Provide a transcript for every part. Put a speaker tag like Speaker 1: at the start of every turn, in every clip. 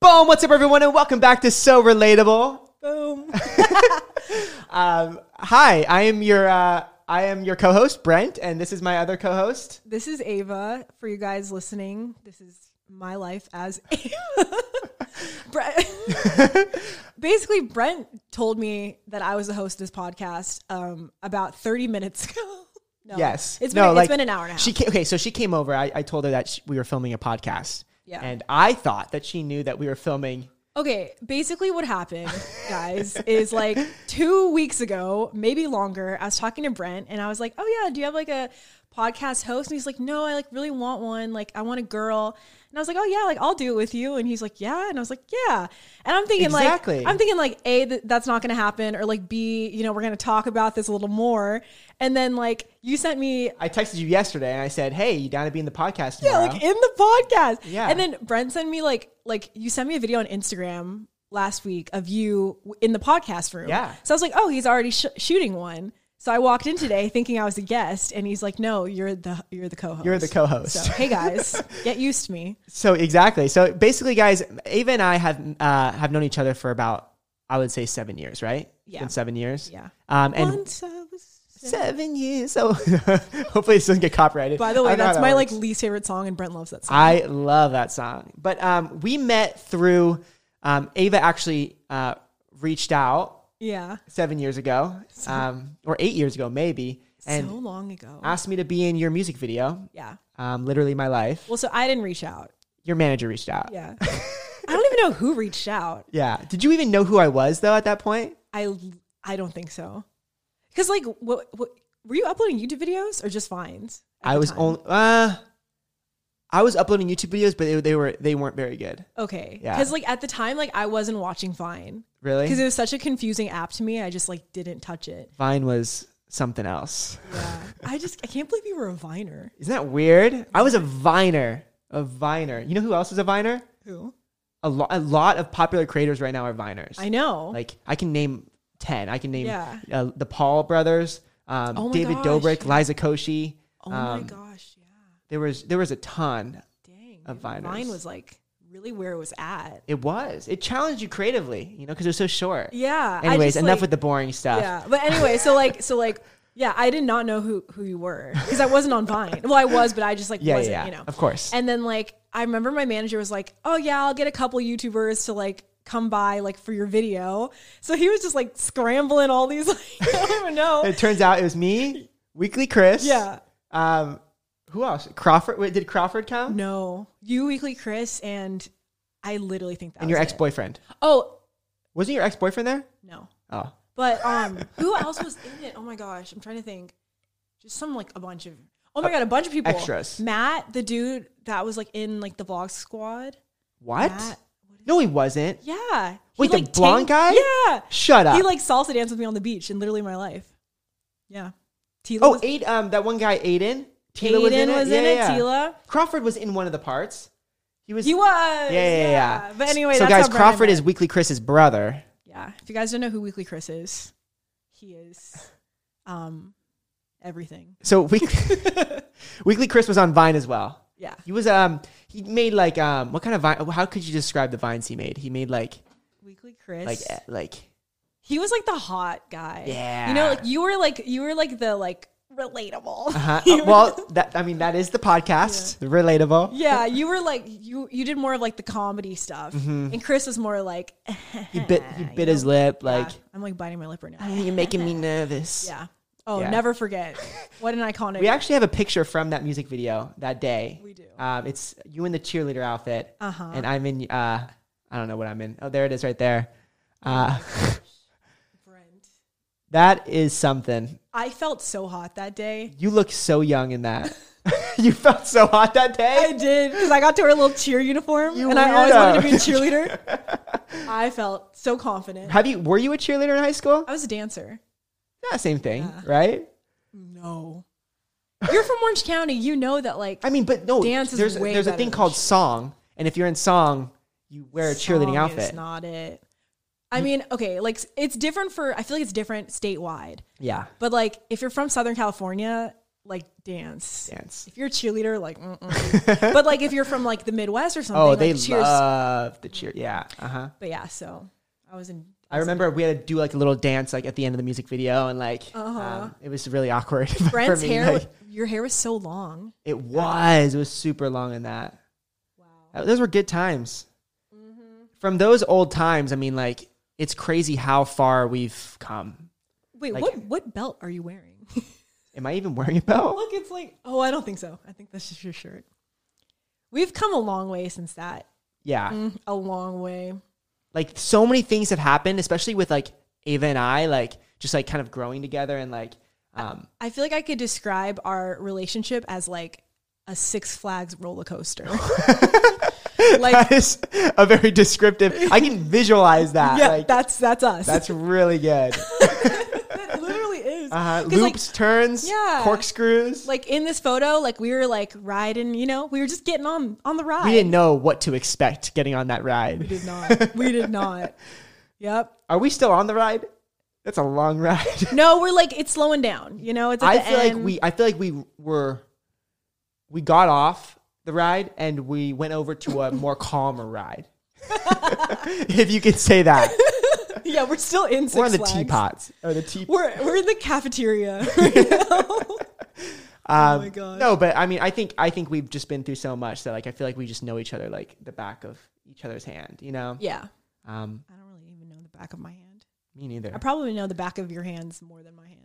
Speaker 1: Boom! What's up, everyone, and welcome back to So Relatable. Boom. um, hi, I am your uh, I am your co-host Brent, and this is my other co-host.
Speaker 2: This is Ava for you guys listening. This is my life as Ava. Brent, basically, Brent told me that I was the host of this podcast um, about 30 minutes ago. No,
Speaker 1: Yes,
Speaker 2: Oh, It's been,
Speaker 1: No, like,
Speaker 2: it's been an hour and a half.
Speaker 1: She came, okay, so she came over. I, I told her that sh we were filming a podcast.
Speaker 2: Yeah.
Speaker 1: and I thought that she knew that we were filming.
Speaker 2: Okay, basically what happened, guys, is like two weeks ago, maybe longer, I was talking to Brent and I was like, Oh yeah, do you have like a podcast host? And he's like, No, I like really want one. Like I want a girl. And I was like, Oh yeah, like I'll do it with you. And he's like, Yeah. And I was like, Yeah. And I'm thinking
Speaker 1: Exactly.
Speaker 2: like I'm thinking like A, that that's not gonna happen, or like B, you know, we're gonna talk about this a little more. And then like you sent me
Speaker 1: I texted you yesterday, and I said, "Hey, you down to be in the podcast
Speaker 2: yeah,
Speaker 1: tomorrow?"
Speaker 2: like in the podcast.
Speaker 1: Yeah.
Speaker 2: And then Brent sent me like like you sent me a video on Instagram last week of you w- in the podcast room.
Speaker 1: Yeah.
Speaker 2: So I was like, oh, he's already sh- shooting one. So I walked in today thinking I was a guest, and he's like, no, you're the you're the co-host.
Speaker 1: You're the co-host.
Speaker 2: So hey guys, get used to me.
Speaker 1: So exactly. So basically, guys, Ava and I have uh, have known each other for about I would say seven years, right?
Speaker 2: Yeah.
Speaker 1: Been seven years.
Speaker 2: Yeah.
Speaker 1: Um, and
Speaker 2: Once I was.
Speaker 1: seven years. So hopefully, this doesn't get copyrighted.
Speaker 2: By the way,
Speaker 1: I don't know
Speaker 2: that's
Speaker 1: how
Speaker 2: my
Speaker 1: that
Speaker 2: like
Speaker 1: works.
Speaker 2: least favorite song, and Brent loves that song.
Speaker 1: I love that song. But um, we met through um, Ava actually uh, reached out
Speaker 2: yeah.
Speaker 1: seven years ago, um, or eight years ago, maybe, and
Speaker 2: so long ago.
Speaker 1: asked me to be in your music video.
Speaker 2: yeah.
Speaker 1: Um, literally, my life.
Speaker 2: Well, so I didn't reach out.
Speaker 1: Your manager reached out.
Speaker 2: Yeah. I don't even know who reached out.
Speaker 1: Yeah. Did you even know who I was though at that point?
Speaker 2: I l- I don't think so. Because like, what, what were you uploading YouTube videos or just vines? at
Speaker 1: I
Speaker 2: the
Speaker 1: was
Speaker 2: time?
Speaker 1: only uh I was uploading YouTube videos, but they, they were they weren't very good.
Speaker 2: okay.
Speaker 1: Yeah.
Speaker 2: Because like at the time, like I wasn't watching Vine
Speaker 1: Really,
Speaker 2: because it was such a confusing app to me. I just like didn't touch it.
Speaker 1: Vine was something else.
Speaker 2: Yeah. I just I can't believe you were a Viner.
Speaker 1: Isn't that weird? I was a viner, a viner. You know who else is a viner?
Speaker 2: Who?
Speaker 1: A, lo- a lot of popular creators right now are viners.
Speaker 2: I know.
Speaker 1: Like I can name ten. I can name
Speaker 2: Yeah.
Speaker 1: uh, the Paul brothers, um,
Speaker 2: Oh my
Speaker 1: David
Speaker 2: gosh,
Speaker 1: Dobrik, Liza Koshy.
Speaker 2: oh my
Speaker 1: um,
Speaker 2: gosh. Yeah.
Speaker 1: There was there was a ton.
Speaker 2: Dang.
Speaker 1: of
Speaker 2: dude,
Speaker 1: Viners.
Speaker 2: Vine was like really where it was at.
Speaker 1: It was. It challenged you creatively, you know, because it was so short.
Speaker 2: Yeah. I
Speaker 1: Anyways,
Speaker 2: just,
Speaker 1: enough
Speaker 2: like-
Speaker 1: with the boring stuff.
Speaker 2: Yeah, but anyway, so like, so like, yeah, I did not know who who you were because I wasn't on Vine. Well, I was, but I just like
Speaker 1: Yeah, yeah,
Speaker 2: wasn't,
Speaker 1: yeah,
Speaker 2: you know.
Speaker 1: of course.
Speaker 2: And then like, I remember my manager was like, "Oh yeah, I'll get a couple YouTubers to like come by like for your video." So he was just like scrambling all these like I don't know.
Speaker 1: It turns out it was me, Weekly Chris.
Speaker 2: yeah.
Speaker 1: Um, who else? Crawford. Wait, did Crawford come?
Speaker 2: No, you weekly Chris and I literally think that
Speaker 1: And
Speaker 2: was
Speaker 1: your
Speaker 2: it.
Speaker 1: ex boyfriend.
Speaker 2: Oh
Speaker 1: Wasn't your ex boyfriend there?
Speaker 2: no,
Speaker 1: Oh.
Speaker 2: but um, who else was in it? Oh my gosh, I'm trying to think. Just some like a bunch of oh my god, a bunch of people.
Speaker 1: Uh, Extras.
Speaker 2: Matt, the dude that was like in like the vlog squad.
Speaker 1: What?
Speaker 2: Matt- what is-
Speaker 1: No, he wasn't.
Speaker 2: yeah. He,
Speaker 1: Wait, the
Speaker 2: like,
Speaker 1: blonde guy?
Speaker 2: Yeah.
Speaker 1: Shut up.
Speaker 2: He like salsa danced with me on the beach in literally my life. Yeah. Tila
Speaker 1: oh,
Speaker 2: was,
Speaker 1: eight. Um, that one guy, Aiden. Tila
Speaker 2: Aiden
Speaker 1: was in it.
Speaker 2: was
Speaker 1: yeah,
Speaker 2: in it,
Speaker 1: yeah.
Speaker 2: Tila.
Speaker 1: Crawford was in one of the parts. He was.
Speaker 2: He was.
Speaker 1: Yeah, yeah, yeah. yeah.
Speaker 2: But anyway,
Speaker 1: so
Speaker 2: that's
Speaker 1: guys,
Speaker 2: how Brandon
Speaker 1: Crawford
Speaker 2: met.
Speaker 1: is Weekly Chris's brother.
Speaker 2: Yeah. If you guys don't know who Weekly Chris is, he is um everything.
Speaker 1: So Weekly, Weekly Chris was on Vine as well.
Speaker 2: Yeah.
Speaker 1: He was um he made like um what kind of vine? How could you describe the vines he made? He made like
Speaker 2: Weekly Chris.
Speaker 1: like eh, like
Speaker 2: He was like the hot guy.
Speaker 1: Yeah.
Speaker 2: You know, like you were like you were like the like relatable.
Speaker 1: Uh-huh.
Speaker 2: You
Speaker 1: Uh,
Speaker 2: were-
Speaker 1: well, that I mean that is the podcast, relatable.
Speaker 2: yeah, you were like you you did more of like the comedy stuff,
Speaker 1: Mm-hmm.
Speaker 2: and Chris was more like
Speaker 1: He bit he bit his lip like
Speaker 2: "Ah, I'm like biting my lip right now.
Speaker 1: "Ah, you're making me nervous.
Speaker 2: Yeah. Oh,
Speaker 1: Yeah.
Speaker 2: never forget. What an iconic.
Speaker 1: We actually have a picture from that music video that day.
Speaker 2: We do.
Speaker 1: Um, it's you in the cheerleader outfit,
Speaker 2: Uh-huh.
Speaker 1: and I'm in. Uh, I don't know what I'm in. Oh, there it is, right there. Uh,
Speaker 2: Oh Brent.
Speaker 1: That is something.
Speaker 2: I felt so hot that day.
Speaker 1: You look so young in that. you felt so hot that
Speaker 2: I
Speaker 1: day.
Speaker 2: did because I got to wear a little cheer uniform,
Speaker 1: You
Speaker 2: and I always
Speaker 1: weirdo.
Speaker 2: wanted to be a cheerleader. I felt so confident.
Speaker 1: Have you? Were you a cheerleader in high school?
Speaker 2: I was a dancer.
Speaker 1: Yeah, same thing, right?
Speaker 2: No, you're from Orange County. You know that, like,
Speaker 1: I mean, but no,
Speaker 2: Dance is
Speaker 1: there's
Speaker 2: way
Speaker 1: there's a
Speaker 2: better
Speaker 1: thing
Speaker 2: than
Speaker 1: called song, and if you're in song, you wear a cheerleading
Speaker 2: song is
Speaker 1: outfit.
Speaker 2: not it. I mean, okay, like s- it's different for. I feel like it's different statewide,
Speaker 1: Yeah,
Speaker 2: but like if you're from Southern California, like dance.
Speaker 1: dance.
Speaker 2: If you're a cheerleader, like, mm-mm. but like if you're from like the Midwest or something,
Speaker 1: Oh,
Speaker 2: like,
Speaker 1: they
Speaker 2: cheers.
Speaker 1: love the cheer. Yeah, uh huh.
Speaker 2: But yeah, so I was in.
Speaker 1: I remember we had to do like a little dance like at the end of the music video, and like um, it was really awkward. for
Speaker 2: Uh-huh. Brent's
Speaker 1: me,
Speaker 2: hair.
Speaker 1: like,
Speaker 2: your hair was so long.
Speaker 1: it was. It was super long in that. Wow. Those were good times.
Speaker 2: Mm-hmm.
Speaker 1: From those old times, I mean, like it's crazy how far we've come.
Speaker 2: Wait,
Speaker 1: Like-
Speaker 2: what what belt are you wearing?
Speaker 1: Am I even wearing a belt?
Speaker 2: Look, it's like oh, I don't think so. I think that's just your shirt. We've come a long way since that.
Speaker 1: Yeah.
Speaker 2: Mm, A long way.
Speaker 1: like so many things have happened, especially with like Ava and I, like just like kind of growing together and like um
Speaker 2: I feel like I could describe our relationship as like a Six Flags roller coaster. like
Speaker 1: that is a very descriptive. I can visualize that.
Speaker 2: yeah,
Speaker 1: like
Speaker 2: that's that's us.
Speaker 1: that's really good.
Speaker 2: it literally is.
Speaker 1: Uh,
Speaker 2: 'Cause, like,
Speaker 1: loops, turns,
Speaker 2: yeah.
Speaker 1: corkscrews.
Speaker 2: like in this photo, like we were like riding, you know, we were just getting on on the ride.
Speaker 1: we didn't know what to expect getting on that
Speaker 2: We
Speaker 1: ride.
Speaker 2: did not. We did not. Yep.
Speaker 1: Are we still on the ride? That's a long ride.
Speaker 2: No, we're like it's slowing down. You know, it's at
Speaker 1: I
Speaker 2: the
Speaker 1: feel
Speaker 2: end.
Speaker 1: like we I feel like we were we got off the ride and we went over to a more calmer ride. if you could say that.
Speaker 2: yeah, we're still in Six
Speaker 1: We're on the
Speaker 2: Flags.
Speaker 1: teapots or the teapot.
Speaker 2: We're we're in the cafeteria. right now.
Speaker 1: Um,
Speaker 2: my gosh.
Speaker 1: No, but I mean, I think I think we've just been through so much that like I feel like we just know each other like the back of each other's hand. You know?
Speaker 2: yeah,
Speaker 1: Um,
Speaker 2: I don't really even know the back of my hand.
Speaker 1: me neither.
Speaker 2: I probably know the back of your hands more than my hands.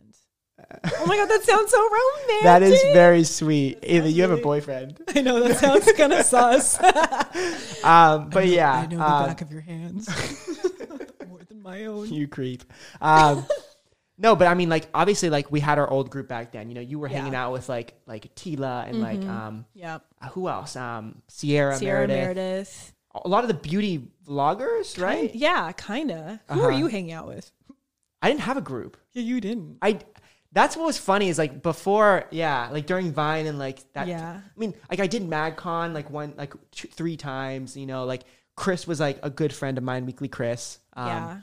Speaker 2: oh my god, that sounds so romantic.
Speaker 1: Uh, That is very sweet. Ava, you have a
Speaker 2: really-
Speaker 1: boyfriend.
Speaker 2: I know that sounds kind of sus.
Speaker 1: uh, Um, but yeah, um,
Speaker 2: of your hands more than my own.
Speaker 1: you creep. Um, no, but I mean, like obviously, like we had our old group back then. You know, you were hanging
Speaker 2: Yeah.
Speaker 1: out with like like Tila and like um,
Speaker 2: Yeah,
Speaker 1: uh, who else? Um, Sierra,
Speaker 2: Sierra
Speaker 1: Meredith.
Speaker 2: Meredith.
Speaker 1: A lot of the beauty vloggers, right? Uh-huh.
Speaker 2: Yeah, kinda. Who are you hanging out with?
Speaker 1: I didn't have a group.
Speaker 2: Yeah, you didn't.
Speaker 1: I that's what was funny is like before, yeah, like during Vine and like that.
Speaker 2: Yeah.
Speaker 1: I mean, like I did MagCon like one, like two, three times. You know, like Chris was like a good friend of mine, Weekly Chris. Um,
Speaker 2: yeah.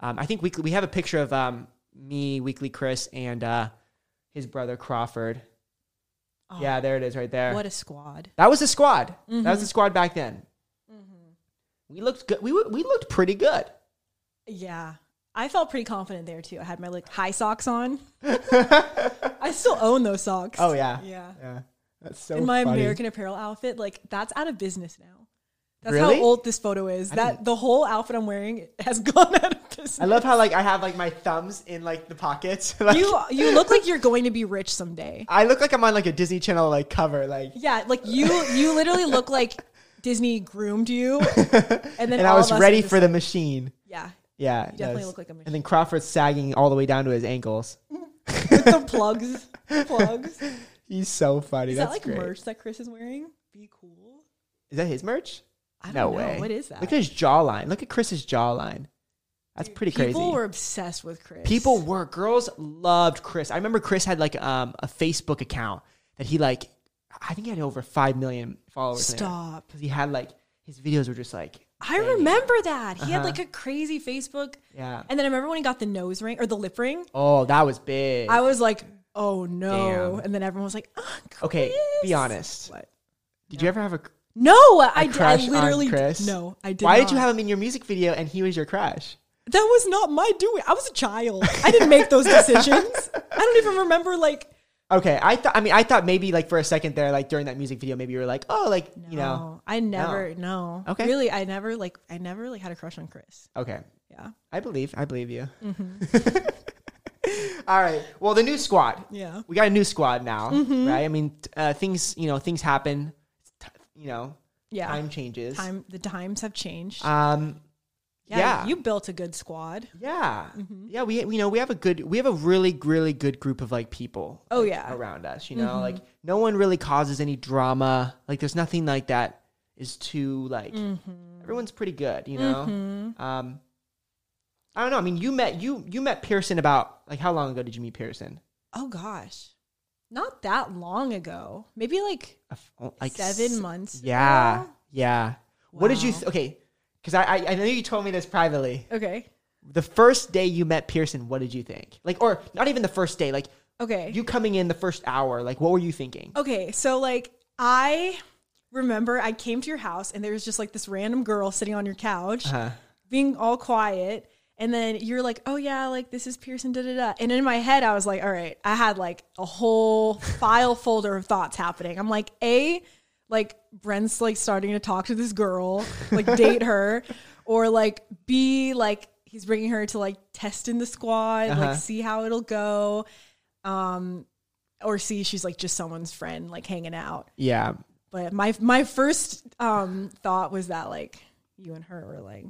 Speaker 1: Um, I think weekly we have a picture of um me, Weekly Chris, and uh his brother Crawford.
Speaker 2: Oh,
Speaker 1: yeah, there it is, right there.
Speaker 2: What a Mm-hmm. squad.
Speaker 1: that was the squad. That was the squad back then.
Speaker 2: Mm-hmm.
Speaker 1: We looked good. We were- we looked pretty good.
Speaker 2: Yeah. I felt pretty confident there too. I had my like high socks on. I still own those socks.
Speaker 1: Oh yeah.
Speaker 2: Yeah.
Speaker 1: Yeah. That's so
Speaker 2: In my
Speaker 1: funny.
Speaker 2: American Apparel outfit, like that's out of business now. That's
Speaker 1: Really?
Speaker 2: how old this photo is. that the whole outfit I'm wearing has gone out of business.
Speaker 1: I love how like I have like my thumbs in like the pockets. like,
Speaker 2: you you look like you're going to be rich someday.
Speaker 1: I look like I'm on like a Disney Channel like cover, like
Speaker 2: Yeah, like you you literally look like Disney groomed you. And then
Speaker 1: and I
Speaker 2: all
Speaker 1: was
Speaker 2: of us are
Speaker 1: ready
Speaker 2: just
Speaker 1: for
Speaker 2: like-
Speaker 1: the machine.
Speaker 2: Yeah.
Speaker 1: Yeah, you
Speaker 2: definitely look like a
Speaker 1: And then Crawford's sagging all the way down to his ankles.
Speaker 2: With the plugs. Plugs. Is
Speaker 1: He's so funny.
Speaker 2: that
Speaker 1: That's
Speaker 2: like
Speaker 1: great.
Speaker 2: merch that Chris is wearing? Be cool.
Speaker 1: Is that his merch?
Speaker 2: I don't
Speaker 1: no
Speaker 2: know.
Speaker 1: way.
Speaker 2: What is that?
Speaker 1: Look at his jawline. Look at Chris's jawline. That's pretty crazy.
Speaker 2: People were obsessed with Chris.
Speaker 1: People were girls loved Chris. I remember Chris had like um a Facebook account that he like I think he had over five million followers.
Speaker 2: stop.
Speaker 1: because he had like his videos were just like
Speaker 2: I remember that he had like a crazy Facebook,
Speaker 1: Uh-huh. yeah.
Speaker 2: and then I remember when he got the nose ring or the lip ring.
Speaker 1: Oh, that was big.
Speaker 2: I was like, "Oh no!"
Speaker 1: Damn.
Speaker 2: And then everyone was like, "Ah,
Speaker 1: okay, be
Speaker 2: Chris."
Speaker 1: honest.
Speaker 2: What?
Speaker 1: Did you ever have a
Speaker 2: No, I, I, d- I
Speaker 1: crush
Speaker 2: literally
Speaker 1: on Chris?
Speaker 2: no. I did.
Speaker 1: Why
Speaker 2: not.
Speaker 1: did you have him in your music video and he was your crush?
Speaker 2: That was not my doing. I was a child. I didn't make those decisions. I don't even remember. Like,
Speaker 1: Okay, I thought. I mean, I thought maybe like for a second there, like during that music video, maybe you were like, oh, like you know,
Speaker 2: no, I never. No.
Speaker 1: Okay.
Speaker 2: Really, I never like. I never like had a crush on Chris.
Speaker 1: okay.
Speaker 2: Yeah.
Speaker 1: I believe. I believe you. All right. Well, the new squad.
Speaker 2: Mm-hmm. Yeah. Mm-hmm.
Speaker 1: We got a new squad now, right? I mean, t- uh, things you know, things happen. T- you know,
Speaker 2: Yeah.
Speaker 1: time changes.
Speaker 2: Time. The times have changed.
Speaker 1: Um,
Speaker 2: Yeah,
Speaker 1: Uh, Yeah.
Speaker 2: You built a good squad.
Speaker 1: Yeah.
Speaker 2: Mm-hmm.
Speaker 1: Yeah, we we know we have a good we have a really really good group of like people.
Speaker 2: Oh,
Speaker 1: like,
Speaker 2: yeah. Mm-hmm.
Speaker 1: Around us, you know, like no one really causes any drama. Like there's nothing like that is too like
Speaker 2: Mm-hmm.
Speaker 1: everyone's pretty good, you know. Um I don't know. I mean, you met you you met Pearson about like how long ago did you meet Pearson?
Speaker 2: Oh gosh. Not that long ago. Maybe like
Speaker 1: A f- oh, Like
Speaker 2: seven
Speaker 1: s-
Speaker 2: months.
Speaker 1: Yeah.
Speaker 2: ago?
Speaker 1: Yeah. What did you
Speaker 2: Wow.
Speaker 1: th- Okay, cuz I, I I know you told me this privately.
Speaker 2: Okay.
Speaker 1: The first day you met Pearson, what did you think? Like or not even the first day, like
Speaker 2: Okay. Oh.
Speaker 1: you coming in the first hour, like what were you thinking?
Speaker 2: Okay, so like I remember I came to your house and there was just like this random girl sitting on your couch being all quiet. And then you're like, oh yeah, like this is Pearson, da da da. And in my head, I was like, all right, I had like a whole file folder of thoughts happening. I'm like, A, like Brent's like starting to talk to this girl, like date her, or like B, like he's bringing her to like test in the squad, like see how it'll go or see she's like just someone's friend like hanging out
Speaker 1: Yeah.
Speaker 2: but my my first um thought was that like you and her were like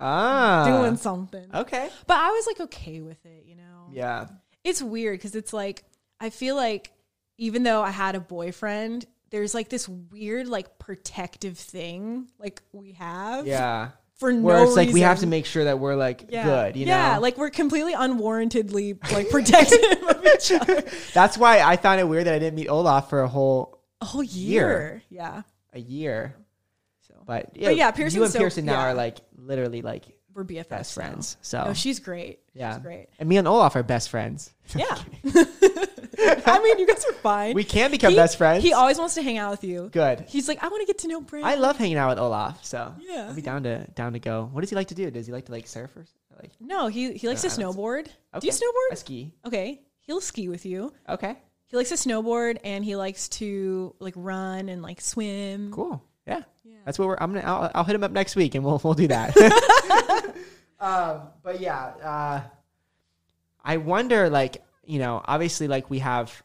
Speaker 1: Ah.
Speaker 2: doing something
Speaker 1: Okay.
Speaker 2: but i was like okay with it you know
Speaker 1: Yeah.
Speaker 2: it's weird because it's like i feel like even though i had a boyfriend there's like this weird like protective thing like we have
Speaker 1: Yeah.
Speaker 2: for no
Speaker 1: Where it's like we have to
Speaker 2: reason.
Speaker 1: make sure that we're like
Speaker 2: yeah.
Speaker 1: good, you
Speaker 2: yeah
Speaker 1: know.
Speaker 2: like we're completely unwarrantedly like protective of each other
Speaker 1: That's why I found it weird that I didn't meet Olaf for a whole
Speaker 2: a whole
Speaker 1: Year.
Speaker 2: year yeah
Speaker 1: a year.
Speaker 2: So-
Speaker 1: But yeah,
Speaker 2: But yeah, Pearson's
Speaker 1: you and
Speaker 2: so-
Speaker 1: Pearson now
Speaker 2: yeah.
Speaker 1: are like literally like
Speaker 2: we're BFFs
Speaker 1: best
Speaker 2: now.
Speaker 1: friends. So
Speaker 2: No, she's great.
Speaker 1: yeah,
Speaker 2: she's great.
Speaker 1: And me and Olaf are best friends.
Speaker 2: Yeah, I mean, you guys are fine.
Speaker 1: We can become best friends.
Speaker 2: He always wants to hang out with you.
Speaker 1: Good.
Speaker 2: He's like, I want to get to know Brent.
Speaker 1: I love hanging out with Olaf, so
Speaker 2: Yeah.
Speaker 1: I'd be down to down to go. What does he like to do? Does he like to like surf or like?
Speaker 2: no, he he likes to snowboard. Do
Speaker 1: okay.
Speaker 2: you
Speaker 1: I
Speaker 2: snowboard?
Speaker 1: ski.
Speaker 2: Okay, he'll ski with you.
Speaker 1: Okay,
Speaker 2: He likes to snowboard and he likes to like run and like swim.
Speaker 1: cool. Yeah, that's what we're. I'm gonna. I'll, I'll hit him up next week, and we'll we'll do that. um, but yeah, uh, I wonder. Like you know, obviously, like we have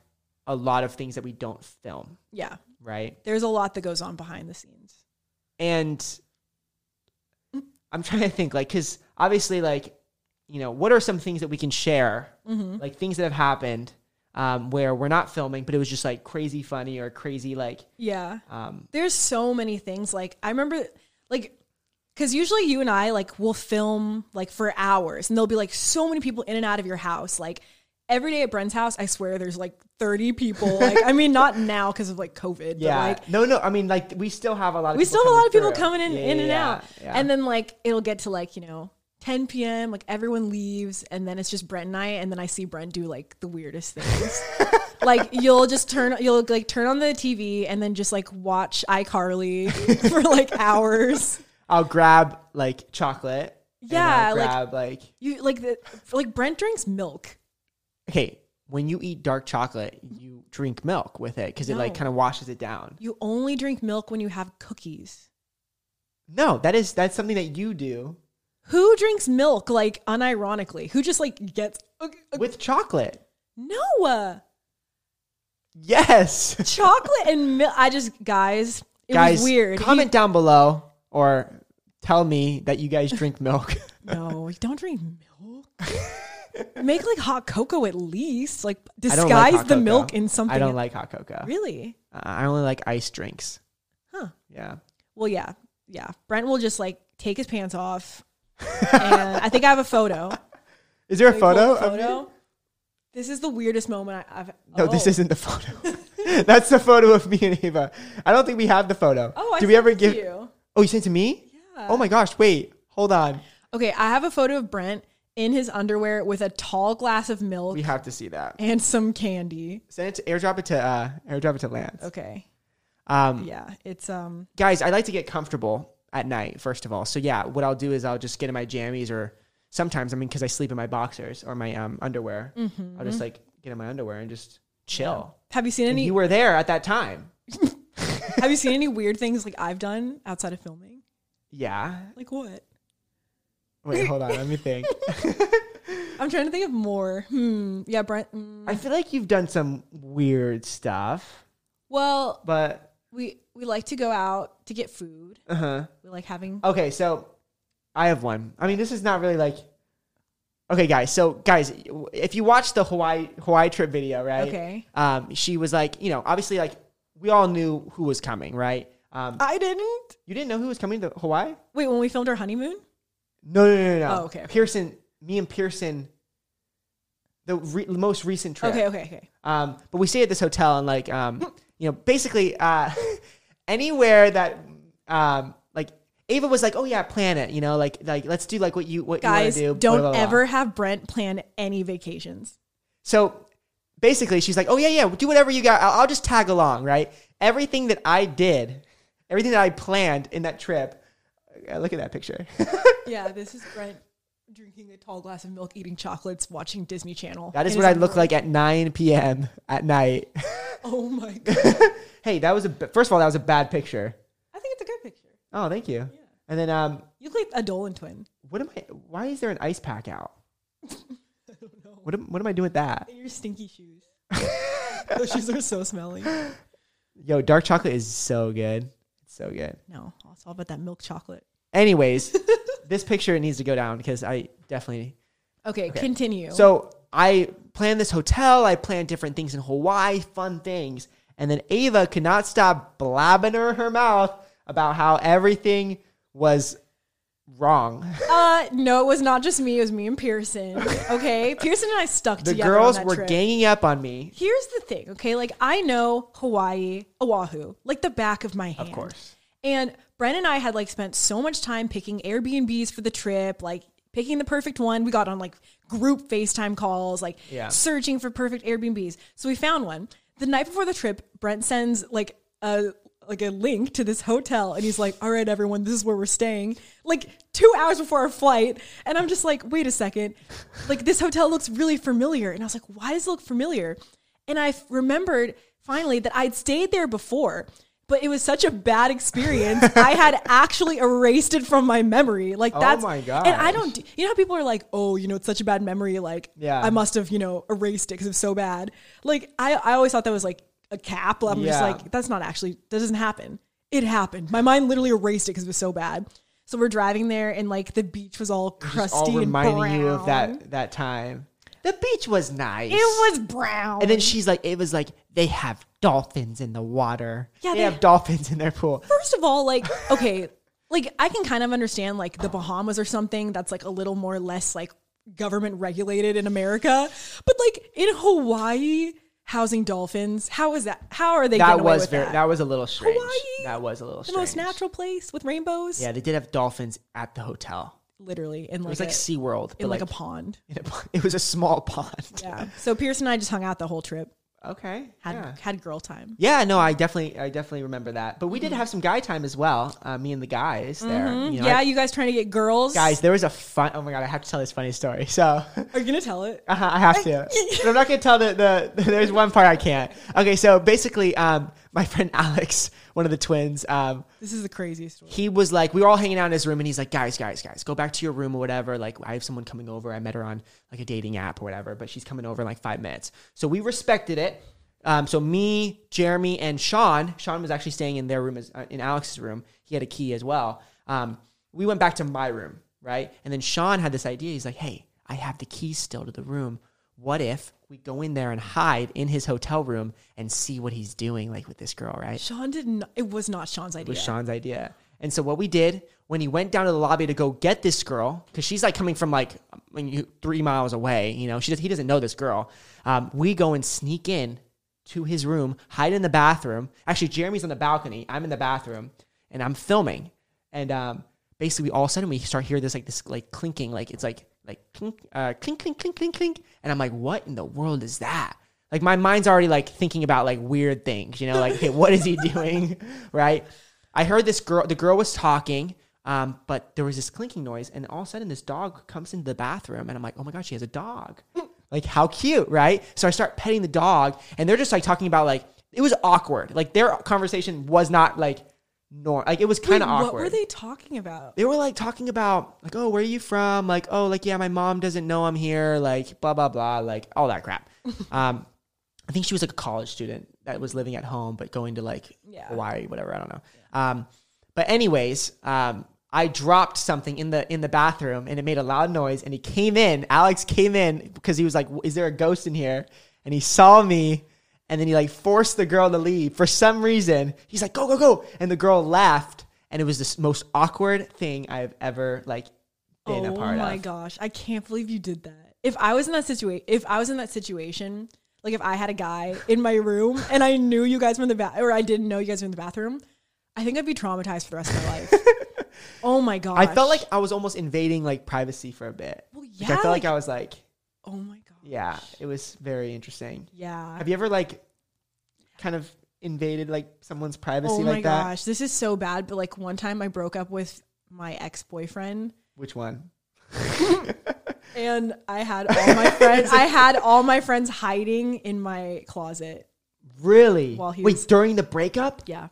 Speaker 1: a lot of things that we don't film,
Speaker 2: Yeah,
Speaker 1: right?
Speaker 2: there's a lot that goes on behind the scenes.
Speaker 1: and I'm trying to think, like, because obviously, like, you know, what are some things that we can share, like things that have happened um, where we're not filming, but it was just like crazy funny or crazy, like,
Speaker 2: Yeah,
Speaker 1: um,
Speaker 2: there's so many things. Like I remember, like. Because usually you and I like will film like for hours, and there'll be like so many people in and out of your house. Like every day at Brent's house, I swear there's like 30 people. Like I mean, not now because of like COVID,
Speaker 1: yeah,
Speaker 2: but like
Speaker 1: no, no. I mean, like, we still have a lot. of
Speaker 2: we
Speaker 1: people
Speaker 2: still have a lot of people
Speaker 1: through.
Speaker 2: coming in,
Speaker 1: Yeah,
Speaker 2: in and
Speaker 1: yeah,
Speaker 2: out.
Speaker 1: yeah.
Speaker 2: And then like it'll get to like, you know, 10 p.m. Like everyone leaves and then it's just Brent and I and then I see Brent do like the weirdest things. like you'll just turn you'll like turn on the TV and then just like watch iCarly for like hours.
Speaker 1: I'll grab like chocolate. and
Speaker 2: Yeah,
Speaker 1: I'll
Speaker 2: like-
Speaker 1: grab like,
Speaker 2: You like the like Brent drinks milk.
Speaker 1: okay. When you eat dark chocolate, you drink milk with it because it like
Speaker 2: No.
Speaker 1: kind of washes it down.
Speaker 2: You only drink milk when you have cookies.
Speaker 1: No, that is that's something that you do
Speaker 2: Who drinks milk like unironically? Who just like gets okay, okay.
Speaker 1: with chocolate.
Speaker 2: no uh,
Speaker 1: Yes.
Speaker 2: chocolate and milk. I just guys, it
Speaker 1: guys,
Speaker 2: was weird.
Speaker 1: Comment down below or tell me that you guys drink milk.
Speaker 2: He- no, you don't drink milk. Make like hot cocoa at least. Like
Speaker 1: I don't
Speaker 2: disguise
Speaker 1: like hot
Speaker 2: the
Speaker 1: cocoa.
Speaker 2: milk in something.
Speaker 1: I don't like hot cocoa.
Speaker 2: really.
Speaker 1: Uh, I only like ice drinks.
Speaker 2: Huh.
Speaker 1: Yeah.
Speaker 2: Well, yeah, yeah. Brent will just like take his pants off. and I think I have a photo.
Speaker 1: Is there a
Speaker 2: Can we pull
Speaker 1: photo?
Speaker 2: the
Speaker 1: of me?
Speaker 2: photo? This is the weirdest moment I, I've. oh.
Speaker 1: No, this isn't the photo. That's the photo of me and Ava. I don't think we have the photo.
Speaker 2: Oh, I
Speaker 1: Did
Speaker 2: did
Speaker 1: we ever
Speaker 2: give
Speaker 1: give?
Speaker 2: you?
Speaker 1: Oh, you sent it to me? Yeah. Oh my gosh! Wait, hold on.
Speaker 2: Okay, I have a photo of Brent in his underwear with a tall glass of milk
Speaker 1: We have to see that.
Speaker 2: and some candy.
Speaker 1: Send it to airdrop it to uh, airdrop it to Lance.
Speaker 2: Okay,
Speaker 1: Um,
Speaker 2: yeah, it's um.
Speaker 1: guys, I like to get comfortable at night, first of all. So yeah, what I'll do is I'll just get in my jammies or sometimes, I mean, because I sleep in my boxers or my um, underwear, I'll
Speaker 2: Mm-hmm.
Speaker 1: just like get in my underwear and just chill.
Speaker 2: Have you seen
Speaker 1: And
Speaker 2: any?
Speaker 1: you were there at that time.
Speaker 2: Have you seen any weird things like I've done outside of filming?
Speaker 1: Yeah.
Speaker 2: Like what?
Speaker 1: Wait, hold on. Let me think.
Speaker 2: I'm trying to think of more. Hmm. Yeah, Brent. mm.
Speaker 1: I feel like you've done some weird stuff,
Speaker 2: Well,
Speaker 1: but
Speaker 2: we we like to go out to get food.
Speaker 1: uh huh.
Speaker 2: We like having.
Speaker 1: Okay, so I have one. I mean, this is not really like. Okay, guys. So, guys, if you watch the Hawaii Hawaii trip video, right?
Speaker 2: Okay.
Speaker 1: Um, she was like, you know, obviously, like we all knew who was coming, right? Um,
Speaker 2: I didn't.
Speaker 1: you didn't know who was coming to Hawaii?
Speaker 2: Wait, when we filmed our honeymoon?
Speaker 1: No, no, no, no. no.
Speaker 2: Oh, okay, okay.
Speaker 1: Pearson, me and Pearson, the re- most recent trip.
Speaker 2: Okay, okay, okay.
Speaker 1: Um, but we stay at this hotel and like, um, you know, basically uh, anywhere that, um, like Ava was like, oh yeah, plan it. You know, like like let's do like what you what
Speaker 2: Guys,
Speaker 1: you want to do. blah,
Speaker 2: don't
Speaker 1: blah, blah.
Speaker 2: ever have Brent plan any vacations.
Speaker 1: So basically, she's like, oh yeah, yeah, do whatever you got. I'll, I'll just tag along, right? Everything that I did, everything that I planned in that trip. uh, Look at that picture.
Speaker 2: Yeah, this is Brent drinking a tall glass of milk, eating chocolates, watching Disney Channel.
Speaker 1: That is
Speaker 2: In
Speaker 1: what I
Speaker 2: his
Speaker 1: look
Speaker 2: room.
Speaker 1: like at 9 p.m. at night.
Speaker 2: Oh my god!
Speaker 1: hey, that was a b- first of all, that was a bad picture.
Speaker 2: I think it's a good picture.
Speaker 1: Oh, thank you. And then, um,
Speaker 2: You look like a Dolan twin.
Speaker 1: what am I? Why is there an ice pack out? What am What am I doing with that?
Speaker 2: In your stinky shoes. Those shoes are so smelly.
Speaker 1: Yo, dark chocolate is so good. It's so good.
Speaker 2: No, it's all about that milk chocolate.
Speaker 1: Anyways, this picture needs to go down because I definitely.
Speaker 2: Okay, continue.
Speaker 1: So I planned this hotel. I planned different things in Hawaii, fun things, and then Ava could not stop blabbing her her mouth about how everything was wrong.
Speaker 2: uh, no, it was not just me. It was me and Pearson. Okay, Pearson and I stuck
Speaker 1: The
Speaker 2: together. on
Speaker 1: girls
Speaker 2: that
Speaker 1: were
Speaker 2: trip.
Speaker 1: ganging up on me.
Speaker 2: Here's the thing, okay? Like I know Hawaii, Oahu, like the back of my hand. Of
Speaker 1: course.
Speaker 2: And Bren and I had like spent so much time picking Airbnbs for the trip, like picking the perfect one. We got on like group FaceTime calls, like
Speaker 1: Yeah.
Speaker 2: searching for perfect Airbnbs. So we found one. The night before the trip, Brent sends like a like a link to this hotel and he's like, "All right, everyone, this is where we're staying." Like 2 hours before our flight, and I'm just like, "Wait a second. Like this hotel looks really familiar." And I was like, "Why does it look familiar?" And I f- remembered finally that I'd stayed there before, but it was such a bad experience. I had actually erased it from my memory. Like that's
Speaker 1: my
Speaker 2: And I
Speaker 1: gosh.
Speaker 2: don't do- you know how people are like, oh, you know, it's such a bad memory. Like,
Speaker 1: Yeah.
Speaker 2: I must have, you know, erased it because it was so bad. Like, I, I always thought that was like a cap. I'm just
Speaker 1: Yeah.
Speaker 2: like, that's not actually, that doesn't happen. It happened. My mind literally erased it because it was so bad. So we're driving there and like the beach was all crusty
Speaker 1: all
Speaker 2: and
Speaker 1: reminding you of
Speaker 2: brown.
Speaker 1: that that time. The beach was nice.
Speaker 2: It was brown.
Speaker 1: and then she's like, it was like they have dolphins in the water.
Speaker 2: Yeah,
Speaker 1: they,
Speaker 2: they-
Speaker 1: have dolphins in their pool.
Speaker 2: first of all, like, okay, like I can kind of understand like the Bahamas or something that's like a little more less like government regulated in America, but like in Hawaii, housing dolphins, how is that? How are they?
Speaker 1: That
Speaker 2: getting away
Speaker 1: was
Speaker 2: with
Speaker 1: very. That.
Speaker 2: that?
Speaker 1: was a little strange.
Speaker 2: Hawaii,
Speaker 1: that was a little
Speaker 2: the
Speaker 1: strange.
Speaker 2: most natural place with rainbows,
Speaker 1: Yeah, they did have dolphins at the hotel.
Speaker 2: literally in
Speaker 1: It
Speaker 2: like,
Speaker 1: was
Speaker 2: a,
Speaker 1: like SeaWorld, but
Speaker 2: in like,
Speaker 1: like,
Speaker 2: a pond.
Speaker 1: in a pond. It was a small pond.
Speaker 2: Yeah. So Pierce and I just hung out the whole trip.
Speaker 1: Okay.
Speaker 2: Had
Speaker 1: yeah.
Speaker 2: had girl time.
Speaker 1: Yeah, no, I definitely, I definitely remember that. But we
Speaker 2: Mm-hmm.
Speaker 1: did have some guy time as well. Uh, me and the guys there. You know,
Speaker 2: yeah,
Speaker 1: I-
Speaker 2: you guys trying to get girls?
Speaker 1: guys, there was a fun. Oh my god, I have to tell this funny story. So.
Speaker 2: are you gonna tell it?
Speaker 1: Uh-huh, I have to. But I'm not going to tell the, the. There's one part I can't. Okay, so basically, um, my friend Alex, one of the twins, um,
Speaker 2: This is the craziest story.
Speaker 1: he was like, we were all hanging out in his room, and he's like, guys, guys, guys, go back to your room or whatever. Like, I have someone coming over. I met her on like a dating app or whatever, but she's coming over in like five minutes. So we respected it. Um, so me, Jeremy, and Sean. Sean was actually staying in their room, as, uh, in Alex's room. He had a key as well. Um, we went back to my room, right? And then Sean had this idea. He's like, hey, I have the keys still to the room. What if we go in there and hide in his hotel room and see what he's doing, like with this girl, right?
Speaker 2: Sean did not. It was not Sean's idea.
Speaker 1: was Sean's idea. And so what we did when he went down to the lobby to go get this girl, because she's like coming from like I mean, you- three miles away, you know, she does, he doesn't know this girl. Um, we go and sneak in to his room, hide in the bathroom. Actually, Jeremy's on the balcony. I'm in the bathroom, and I'm filming. And um, basically, we all of a sudden we start hearing this like this like clinking, like it's like like clink, uh, clink, clink, clink, clink, clink. And I'm like, what in the world is that? Like my mind's already like thinking about like weird things, you know, like hey, what is he doing, right? I heard this girl. The girl was talking, um, but there was this clinking noise, and all of a sudden, this dog comes into the bathroom, and I'm like, "Oh my god, she has a dog! like, how cute, right?" So I start petting the dog, and they're just like talking about like it was awkward. Like their conversation was not like normal. Like it was kind of
Speaker 2: Wait,
Speaker 1: awkward
Speaker 2: What were they talking about?
Speaker 1: they were like talking about like oh where are you from like oh like yeah my mom doesn't know i'm here like blah blah blah like all that crap um i think she was like a college student that was living at home but going to like
Speaker 2: Yeah.
Speaker 1: hawaii whatever i don't know um but anyways um I dropped something in the in the bathroom and it made a loud noise and he came in. Alex came in because he was like, "Is there a ghost in here?" And he saw me and then he like forced the girl to leave for some reason. He's like, "Go, go, go." And the girl laughed and it was this most awkward thing I've ever like been a
Speaker 2: Oh
Speaker 1: part
Speaker 2: my
Speaker 1: of.
Speaker 2: gosh, I can't believe you did that. If I was in that situation, if I was in that situation, like if I had a guy in my room and I knew you guys were in the bath, or I didn't know you guys were in the bathroom, I think I'd be traumatized for the rest of my life. oh my gosh,
Speaker 1: I felt like I was almost invading like privacy for a bit.
Speaker 2: Well,
Speaker 1: Like,
Speaker 2: yeah,
Speaker 1: I felt like,
Speaker 2: like-
Speaker 1: I was like,
Speaker 2: oh my gosh,
Speaker 1: yeah, it was very interesting.
Speaker 2: yeah.
Speaker 1: Have you ever like kind of invaded like someone's privacy
Speaker 2: oh my
Speaker 1: like that?
Speaker 2: gosh, this is so bad. But like one time, I broke up with my ex boyfriend.
Speaker 1: Which one?
Speaker 2: And I had all my friends. I had all my friends hiding in my closet.
Speaker 1: Really?
Speaker 2: While he
Speaker 1: Wait,
Speaker 2: was-
Speaker 1: during the breakup,
Speaker 2: Yeah,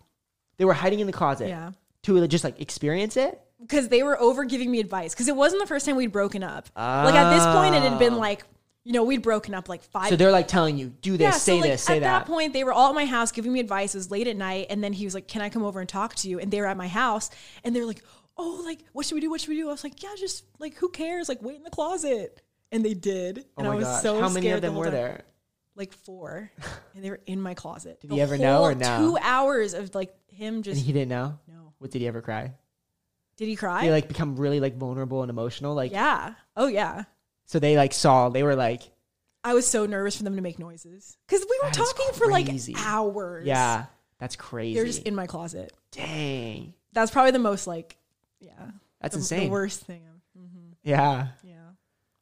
Speaker 1: they were hiding in the closet
Speaker 2: yeah.
Speaker 1: to just like experience it.
Speaker 2: because they were over giving me advice because it wasn't the first time we'd broken up. Like at this point, it had been like you know we'd broken up like five.
Speaker 1: Ah. So they're like telling you, do this, say
Speaker 2: like,
Speaker 1: this, say
Speaker 2: at
Speaker 1: that.
Speaker 2: point, they were all at my house giving me advice. It was late at night, and then he was like, "Can I come over and talk to you?" And they were at my house, and they're like, "Oh, like what should we do? What should we do?" I was like, "Yeah, just like who cares? Like wait in the closet." And they did,
Speaker 1: oh
Speaker 2: and
Speaker 1: my
Speaker 2: I was
Speaker 1: gosh,
Speaker 2: so
Speaker 1: how many
Speaker 2: scared
Speaker 1: of
Speaker 2: the
Speaker 1: them
Speaker 2: whole
Speaker 1: were
Speaker 2: time.
Speaker 1: there?
Speaker 2: Like four, and they were in my closet. Did
Speaker 1: he ever know or no?
Speaker 2: Two hours of like him
Speaker 1: And
Speaker 2: just.
Speaker 1: he didn't know.
Speaker 2: no.
Speaker 1: What did he ever cry?
Speaker 2: Did he cry?
Speaker 1: Did he like become really like vulnerable and emotional? Like
Speaker 2: yeah. Oh yeah.
Speaker 1: so they like saw they were like
Speaker 2: I was so nervous for them to make noises because we were
Speaker 1: That is
Speaker 2: talking for
Speaker 1: crazy.
Speaker 2: like hours.
Speaker 1: yeah that's crazy.
Speaker 2: they're just in my closet.
Speaker 1: Dang,
Speaker 2: That's probably the most like, yeah,
Speaker 1: that's
Speaker 2: the,
Speaker 1: insane.
Speaker 2: The worst thing. I'm,
Speaker 1: Yeah,
Speaker 2: yeah.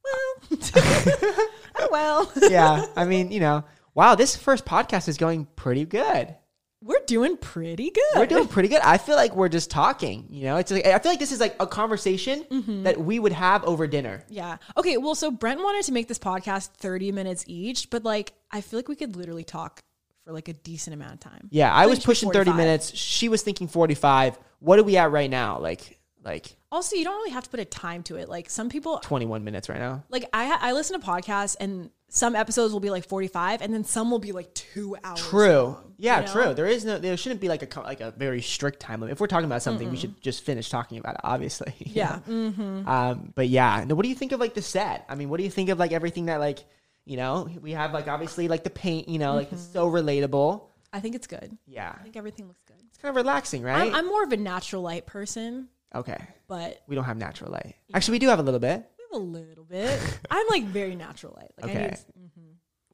Speaker 2: Well, oh well.
Speaker 1: yeah. I mean, you know, wow, this first podcast is going pretty good.
Speaker 2: We're doing pretty good.
Speaker 1: We're doing pretty good. I feel like we're just talking. You know, it's like I feel like this is like a conversation that we would have over dinner.
Speaker 2: Yeah. Okay. Well, so Brent wanted to make this podcast 30 minutes each, but like, I feel like we could literally talk for like a decent amount of time.
Speaker 1: Yeah, I
Speaker 2: Like,
Speaker 1: was
Speaker 2: should be
Speaker 1: pushing thirty
Speaker 2: 45.
Speaker 1: minutes. She was thinking forty-five. What are we at right now? Like, like
Speaker 2: Also, you don't really have to put a time to it. Like, some people
Speaker 1: twenty-one minutes right now.
Speaker 2: like I I listen to podcasts and some episodes will be like 45 and then some will be like 2 hours.
Speaker 1: True. Yeah,
Speaker 2: you know?
Speaker 1: true. There is no. There shouldn't be like a co- like a very strict time limit. If we're talking about something, we should just finish talking about it. Obviously.
Speaker 2: Yeah. Mm.
Speaker 1: Um, but yeah, no, what do you think of like the set? I mean, what do you think of like everything that like, you know, we have like obviously like the paint, you know, like it's
Speaker 2: Mm-hmm.
Speaker 1: so relatable.
Speaker 2: I think it's good.
Speaker 1: Yeah.
Speaker 2: I think everything looks good.
Speaker 1: It's kind of relaxing, right?
Speaker 2: I'm, I'm more of a natural light person,
Speaker 1: okay.
Speaker 2: but
Speaker 1: We don't have natural light. Actually, we do have a little bit.
Speaker 2: we have a little bit. I'm like very natural light. Like I
Speaker 1: Okay.
Speaker 2: need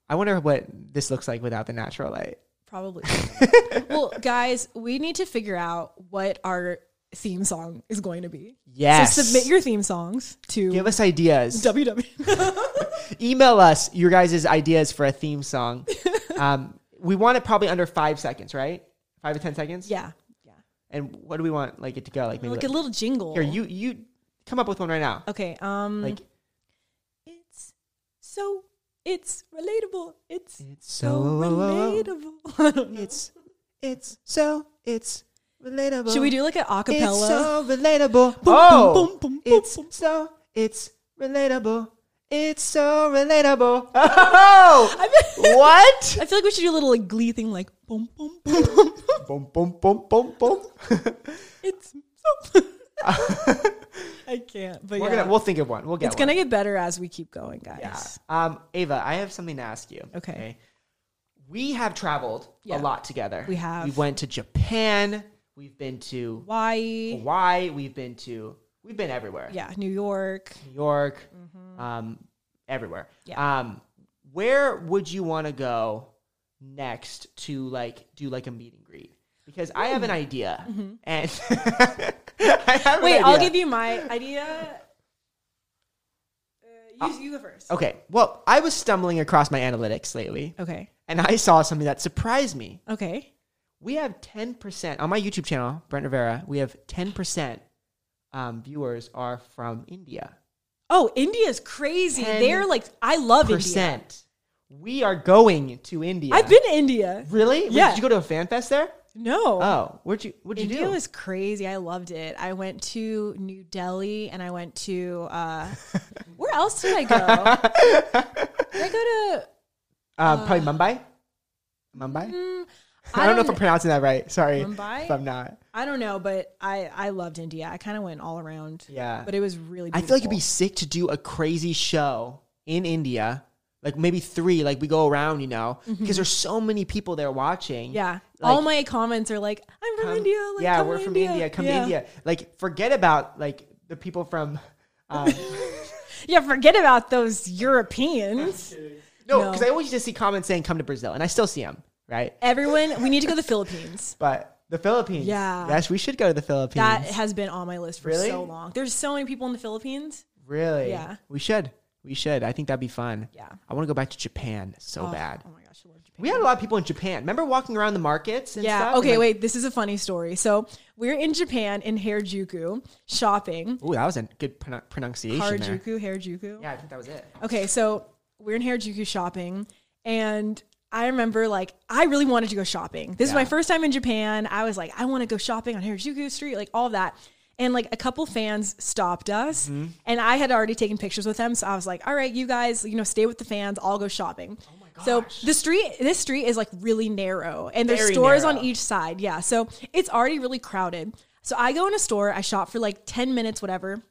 Speaker 1: I wonder what this looks like without the natural light.
Speaker 2: probably. well, guys, we need to figure out what our theme song is going to be.
Speaker 1: Yes.
Speaker 2: So submit your theme songs to
Speaker 1: Give us ideas.
Speaker 2: www.
Speaker 1: Email us your guys' ideas for a theme song. um, we want it probably under five seconds, right? Five to ten seconds.
Speaker 2: yeah. Yeah.
Speaker 1: And what do we want like it to go? Like maybe
Speaker 2: Like
Speaker 1: like,
Speaker 2: a little jingle.
Speaker 1: here you you come up with one right now.
Speaker 2: Okay. Um
Speaker 1: Like
Speaker 2: It's so it's relatable. It's
Speaker 1: it's
Speaker 2: so relatable. I don't know.
Speaker 1: It's it's so it's relatable.
Speaker 2: Should we do like an
Speaker 1: It's
Speaker 2: acapella?
Speaker 1: so relatable.
Speaker 2: boom,
Speaker 1: oh,
Speaker 2: boom, boom, boom,
Speaker 1: it's
Speaker 2: boom.
Speaker 1: so it's relatable. It's so relatable. Oh, what?
Speaker 2: I feel like we should do a little like glee thing, like boom, boom, boom, boom.
Speaker 1: boom, boom, boom, boom, boom.
Speaker 2: It's so. I can't, but
Speaker 1: We're
Speaker 2: yeah,
Speaker 1: gonna we'll think of one. We'll get
Speaker 2: it's
Speaker 1: one.
Speaker 2: gonna get better as we keep going, guys.
Speaker 1: Yeah. Um, Ava, I have something to ask you.
Speaker 2: Okay.
Speaker 1: We have traveled
Speaker 2: Yeah.
Speaker 1: a lot together.
Speaker 2: We have.
Speaker 1: We went to Japan. We've been to
Speaker 2: Hawaii,
Speaker 1: Hawaii. We've been to. We've been everywhere.
Speaker 2: yeah, New York.
Speaker 1: New York, um, everywhere.
Speaker 2: Mm-hmm. Yeah.
Speaker 1: Um, where would you want to go next to like do like a meet and greet? Because I have an idea, and I have
Speaker 2: Mm-hmm. Wait,
Speaker 1: an
Speaker 2: I'll
Speaker 1: idea.
Speaker 2: give you my idea. Uh, you, you go first.
Speaker 1: Okay, well, I was stumbling across my analytics lately,
Speaker 2: Okay.
Speaker 1: and I saw something that surprised me.
Speaker 2: Okay.
Speaker 1: We have ten percent on my YouTube channel, Brent Rivera. We have ten percent um, viewers are from India.
Speaker 2: Oh, India's crazy.
Speaker 1: Ten
Speaker 2: They're like, I love India.
Speaker 1: Percent. We are going to India.
Speaker 2: I've been to India.
Speaker 1: Really? Wait,
Speaker 2: Yeah.
Speaker 1: Did you go to a fan fest there?
Speaker 2: No.
Speaker 1: Oh, where'd you what'd you
Speaker 2: India
Speaker 1: do?
Speaker 2: was crazy. I loved it. I went to New Delhi and I went to uh, where else did I go? did I go to?
Speaker 1: um, probably Uh, Mumbai. Mumbai.
Speaker 2: uh, mm,
Speaker 1: I don't know if I'm
Speaker 2: don't-
Speaker 1: pronouncing that right. Sorry
Speaker 2: Mumbai?
Speaker 1: if I'm not.
Speaker 2: I don't know, but I I loved India. I kind of went all around.
Speaker 1: Yeah.
Speaker 2: But it was
Speaker 1: I
Speaker 2: really. Beautiful.
Speaker 1: feel like it'd be sick to do a crazy show in India, like maybe three, like we go around, you know, because there's so many people there watching.
Speaker 2: Mm-hmm. Yeah.
Speaker 1: Like,
Speaker 2: all my comments are like, I'm from
Speaker 1: come-
Speaker 2: India. Like,
Speaker 1: yeah,
Speaker 2: come
Speaker 1: we're
Speaker 2: to
Speaker 1: from India. Come to
Speaker 2: Yeah.
Speaker 1: India. Like, forget about like the people from. Um,
Speaker 2: Yeah, forget about those Europeans.
Speaker 1: no,
Speaker 2: No. Eh.
Speaker 1: because I always used to see comments saying come to Brazil, and I still see them, right?
Speaker 2: Everyone, we need to go to the Philippines.
Speaker 1: But the Philippines.
Speaker 2: Yeah.
Speaker 1: Yes, we should go to the Philippines.
Speaker 2: That has been on my list for
Speaker 1: Really?
Speaker 2: so long. There's so many people in the Philippines. Oh
Speaker 1: really?
Speaker 2: Yeah.
Speaker 1: We should. We should. I think that'd be fun.
Speaker 2: Yeah.
Speaker 1: I want to go back to Japan so bad.
Speaker 2: Oh my gosh, I love Japan.
Speaker 1: We had a lot of people in Japan. Remember walking around the markets and
Speaker 2: yeah.
Speaker 1: stuff?
Speaker 2: Okay, wait. This is a funny story. So we're in Japan in Harajuku shopping.
Speaker 1: Oh, that was a good pronou- pronunciation there.
Speaker 2: Harajuku, Harajuku.
Speaker 1: Yeah, I think that was it.
Speaker 2: Okay, so we're in Harajuku shopping, and I remember like I really wanted to go shopping. This is
Speaker 1: Yeah.
Speaker 2: my first time in Japan. I was like, I want to go shopping on Harajuku Street, like all that. And like a couple fans stopped us,
Speaker 1: Mm-hmm.
Speaker 2: and I had already taken pictures with them, so I was like, "All right, you guys, you know, stay with the fans. I'll go shopping." Oh my So the street, this street is like really narrow, and there's
Speaker 1: Very
Speaker 2: stores
Speaker 1: narrow.
Speaker 2: on each side. Yeah, so it's already really crowded. So I go in a store, I shop for like ten minutes, whatever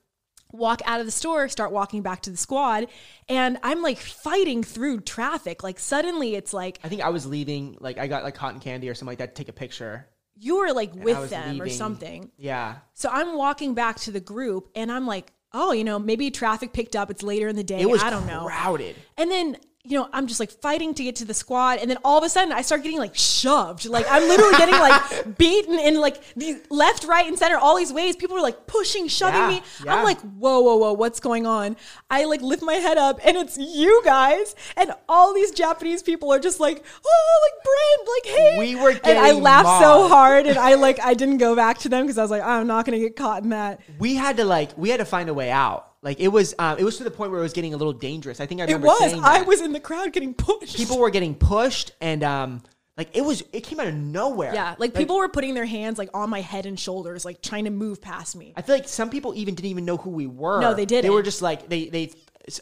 Speaker 2: walk out of the store, start walking back to the squad, and I'm like fighting through traffic. Like suddenly it's like
Speaker 1: I think I was leaving, like I got like cotton candy or something like that to take a picture.
Speaker 2: you were like
Speaker 1: I
Speaker 2: with
Speaker 1: was
Speaker 2: them or
Speaker 1: leaving.
Speaker 2: something.
Speaker 1: Yeah.
Speaker 2: So I'm walking back to the group and I'm like, oh, you know, maybe traffic picked up. It's later in the day.
Speaker 1: It was
Speaker 2: I don't know.
Speaker 1: crowded.
Speaker 2: And then, you know, I'm just like fighting to get to the squad. And then all of a sudden I start getting like shoved. Like I'm literally getting like beaten in like the left, right, and center, all these ways. People are like pushing, shoving
Speaker 1: Yeah,
Speaker 2: me.
Speaker 1: yeah.
Speaker 2: I'm like, whoa, whoa, whoa, what's going on? I like lift my head up and it's you guys. And all these Japanese people are just like, oh, like Brand, like hey.
Speaker 1: We were
Speaker 2: And I
Speaker 1: getting
Speaker 2: laughed so
Speaker 1: mobbed.
Speaker 2: hard and I like I didn't go back to them because I was like, I'm not gonna get caught in that.
Speaker 1: We had to like we had to find a way out. Like it was um, it was to the point where it was getting a little dangerous. I think I
Speaker 2: It
Speaker 1: remember
Speaker 2: was.
Speaker 1: saying
Speaker 2: I
Speaker 1: that.
Speaker 2: was in the crowd getting pushed.
Speaker 1: people were getting pushed and um like it was it came out of nowhere.
Speaker 2: Yeah, like, people were putting their hands like on my head and shoulders, like trying to move past me.
Speaker 1: I feel like some people even didn't even know who we were.
Speaker 2: No, they
Speaker 1: They
Speaker 2: didn't.
Speaker 1: were just like they they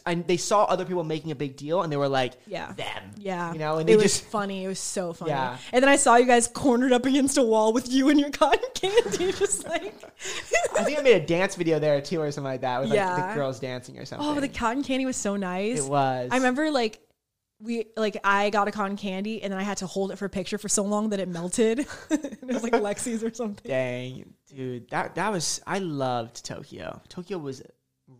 Speaker 1: and they saw other people making a big deal and they were like
Speaker 2: Yeah.
Speaker 1: them.
Speaker 2: yeah,
Speaker 1: You know, and they
Speaker 2: it
Speaker 1: just
Speaker 2: was funny. It was so funny.
Speaker 1: Yeah.
Speaker 2: And then I saw you guys cornered up against a wall with you and your cotton candy, just like
Speaker 1: I think I made a dance video there too or something like that with like
Speaker 2: Yeah.
Speaker 1: the girls dancing or something.
Speaker 2: oh, the cotton candy was so nice.
Speaker 1: It was.
Speaker 2: I remember like we like I got a cotton candy and then I had to hold it for a picture for so long that it melted. it was like Lexi's or something.
Speaker 1: Dang, dude, that that was I loved Tokyo. Tokyo was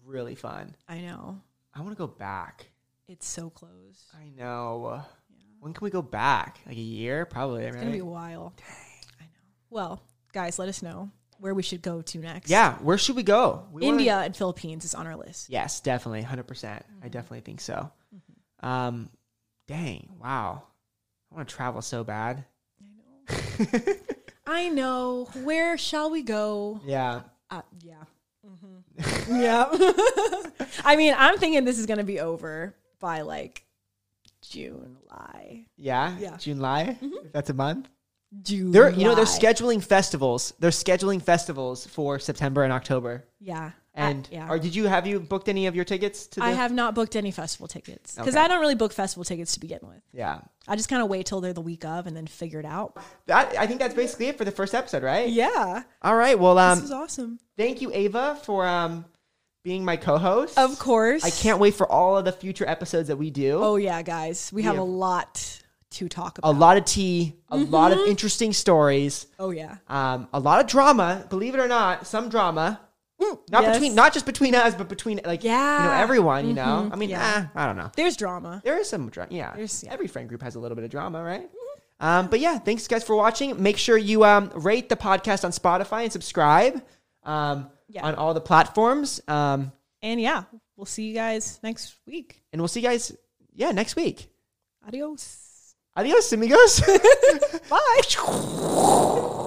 Speaker 1: really fun.
Speaker 2: I know
Speaker 1: I want to go back.
Speaker 2: it's so close.
Speaker 1: I know. When can we go back? Like a year, probably.
Speaker 2: It's
Speaker 1: right?
Speaker 2: gonna be a while. I know. Well, guys, let us know where we should go to next.
Speaker 1: yeah. Where should we go? We wanna-
Speaker 2: India and Philippines is on our list.
Speaker 1: Yes, definitely, hundred percent.
Speaker 2: Mm-hmm.
Speaker 1: I definitely think so. Um, dang, wow. I want to travel so bad.
Speaker 2: I know. Where shall we go?
Speaker 1: Yeah.
Speaker 2: Uh, yeah. Yeah. I mean, I'm thinking this is going to be over by like June, July.
Speaker 1: Yeah.
Speaker 2: Yeah.
Speaker 1: July. That's a month.
Speaker 2: June.
Speaker 1: They're you know they're
Speaker 2: July.
Speaker 1: scheduling festivals. They're scheduling festivals for September and October.
Speaker 2: Yeah. I-
Speaker 1: And
Speaker 2: yeah.
Speaker 1: or did you have you booked any of your tickets to the
Speaker 2: I have not booked any festival tickets because
Speaker 1: Okay.
Speaker 2: I don't really book festival tickets to begin with.
Speaker 1: Yeah.
Speaker 2: I just kind of wait till they're the week of and then figure it out.
Speaker 1: That I think that's basically it for the first episode, right?
Speaker 2: Yeah.
Speaker 1: All right. Well, um
Speaker 2: This is awesome.
Speaker 1: thank you Ava for um being my co-host.
Speaker 2: Of course.
Speaker 1: I can't wait for all of the future episodes that we do.
Speaker 2: Oh, yeah, guys. We have a lot to talk
Speaker 1: A
Speaker 2: about.
Speaker 1: lot of tea, a lot
Speaker 2: Mm-hmm.
Speaker 1: of interesting stories,
Speaker 2: Oh, yeah.
Speaker 1: um, a lot of drama, believe it or not, some drama. Not
Speaker 2: Mm, Yes.
Speaker 1: between not just between us, but between like you know
Speaker 2: Yeah.
Speaker 1: everyone, you know. I mean, ah, I don't know.
Speaker 2: There's drama.
Speaker 1: There is some drama. Yeah.
Speaker 2: There's- yeah. Mm-hmm.
Speaker 1: Every friend group has a little bit of drama, right? Um, but yeah, thanks guys for watching. Make sure you um, rate the podcast on Spotify and subscribe um,
Speaker 2: Yeah.
Speaker 1: on all the platforms. Um,
Speaker 2: And yeah, we'll see you guys next week.
Speaker 1: and we'll see you guys, yeah, next week.
Speaker 2: Adios.
Speaker 1: Adios, amigos.
Speaker 2: Bye.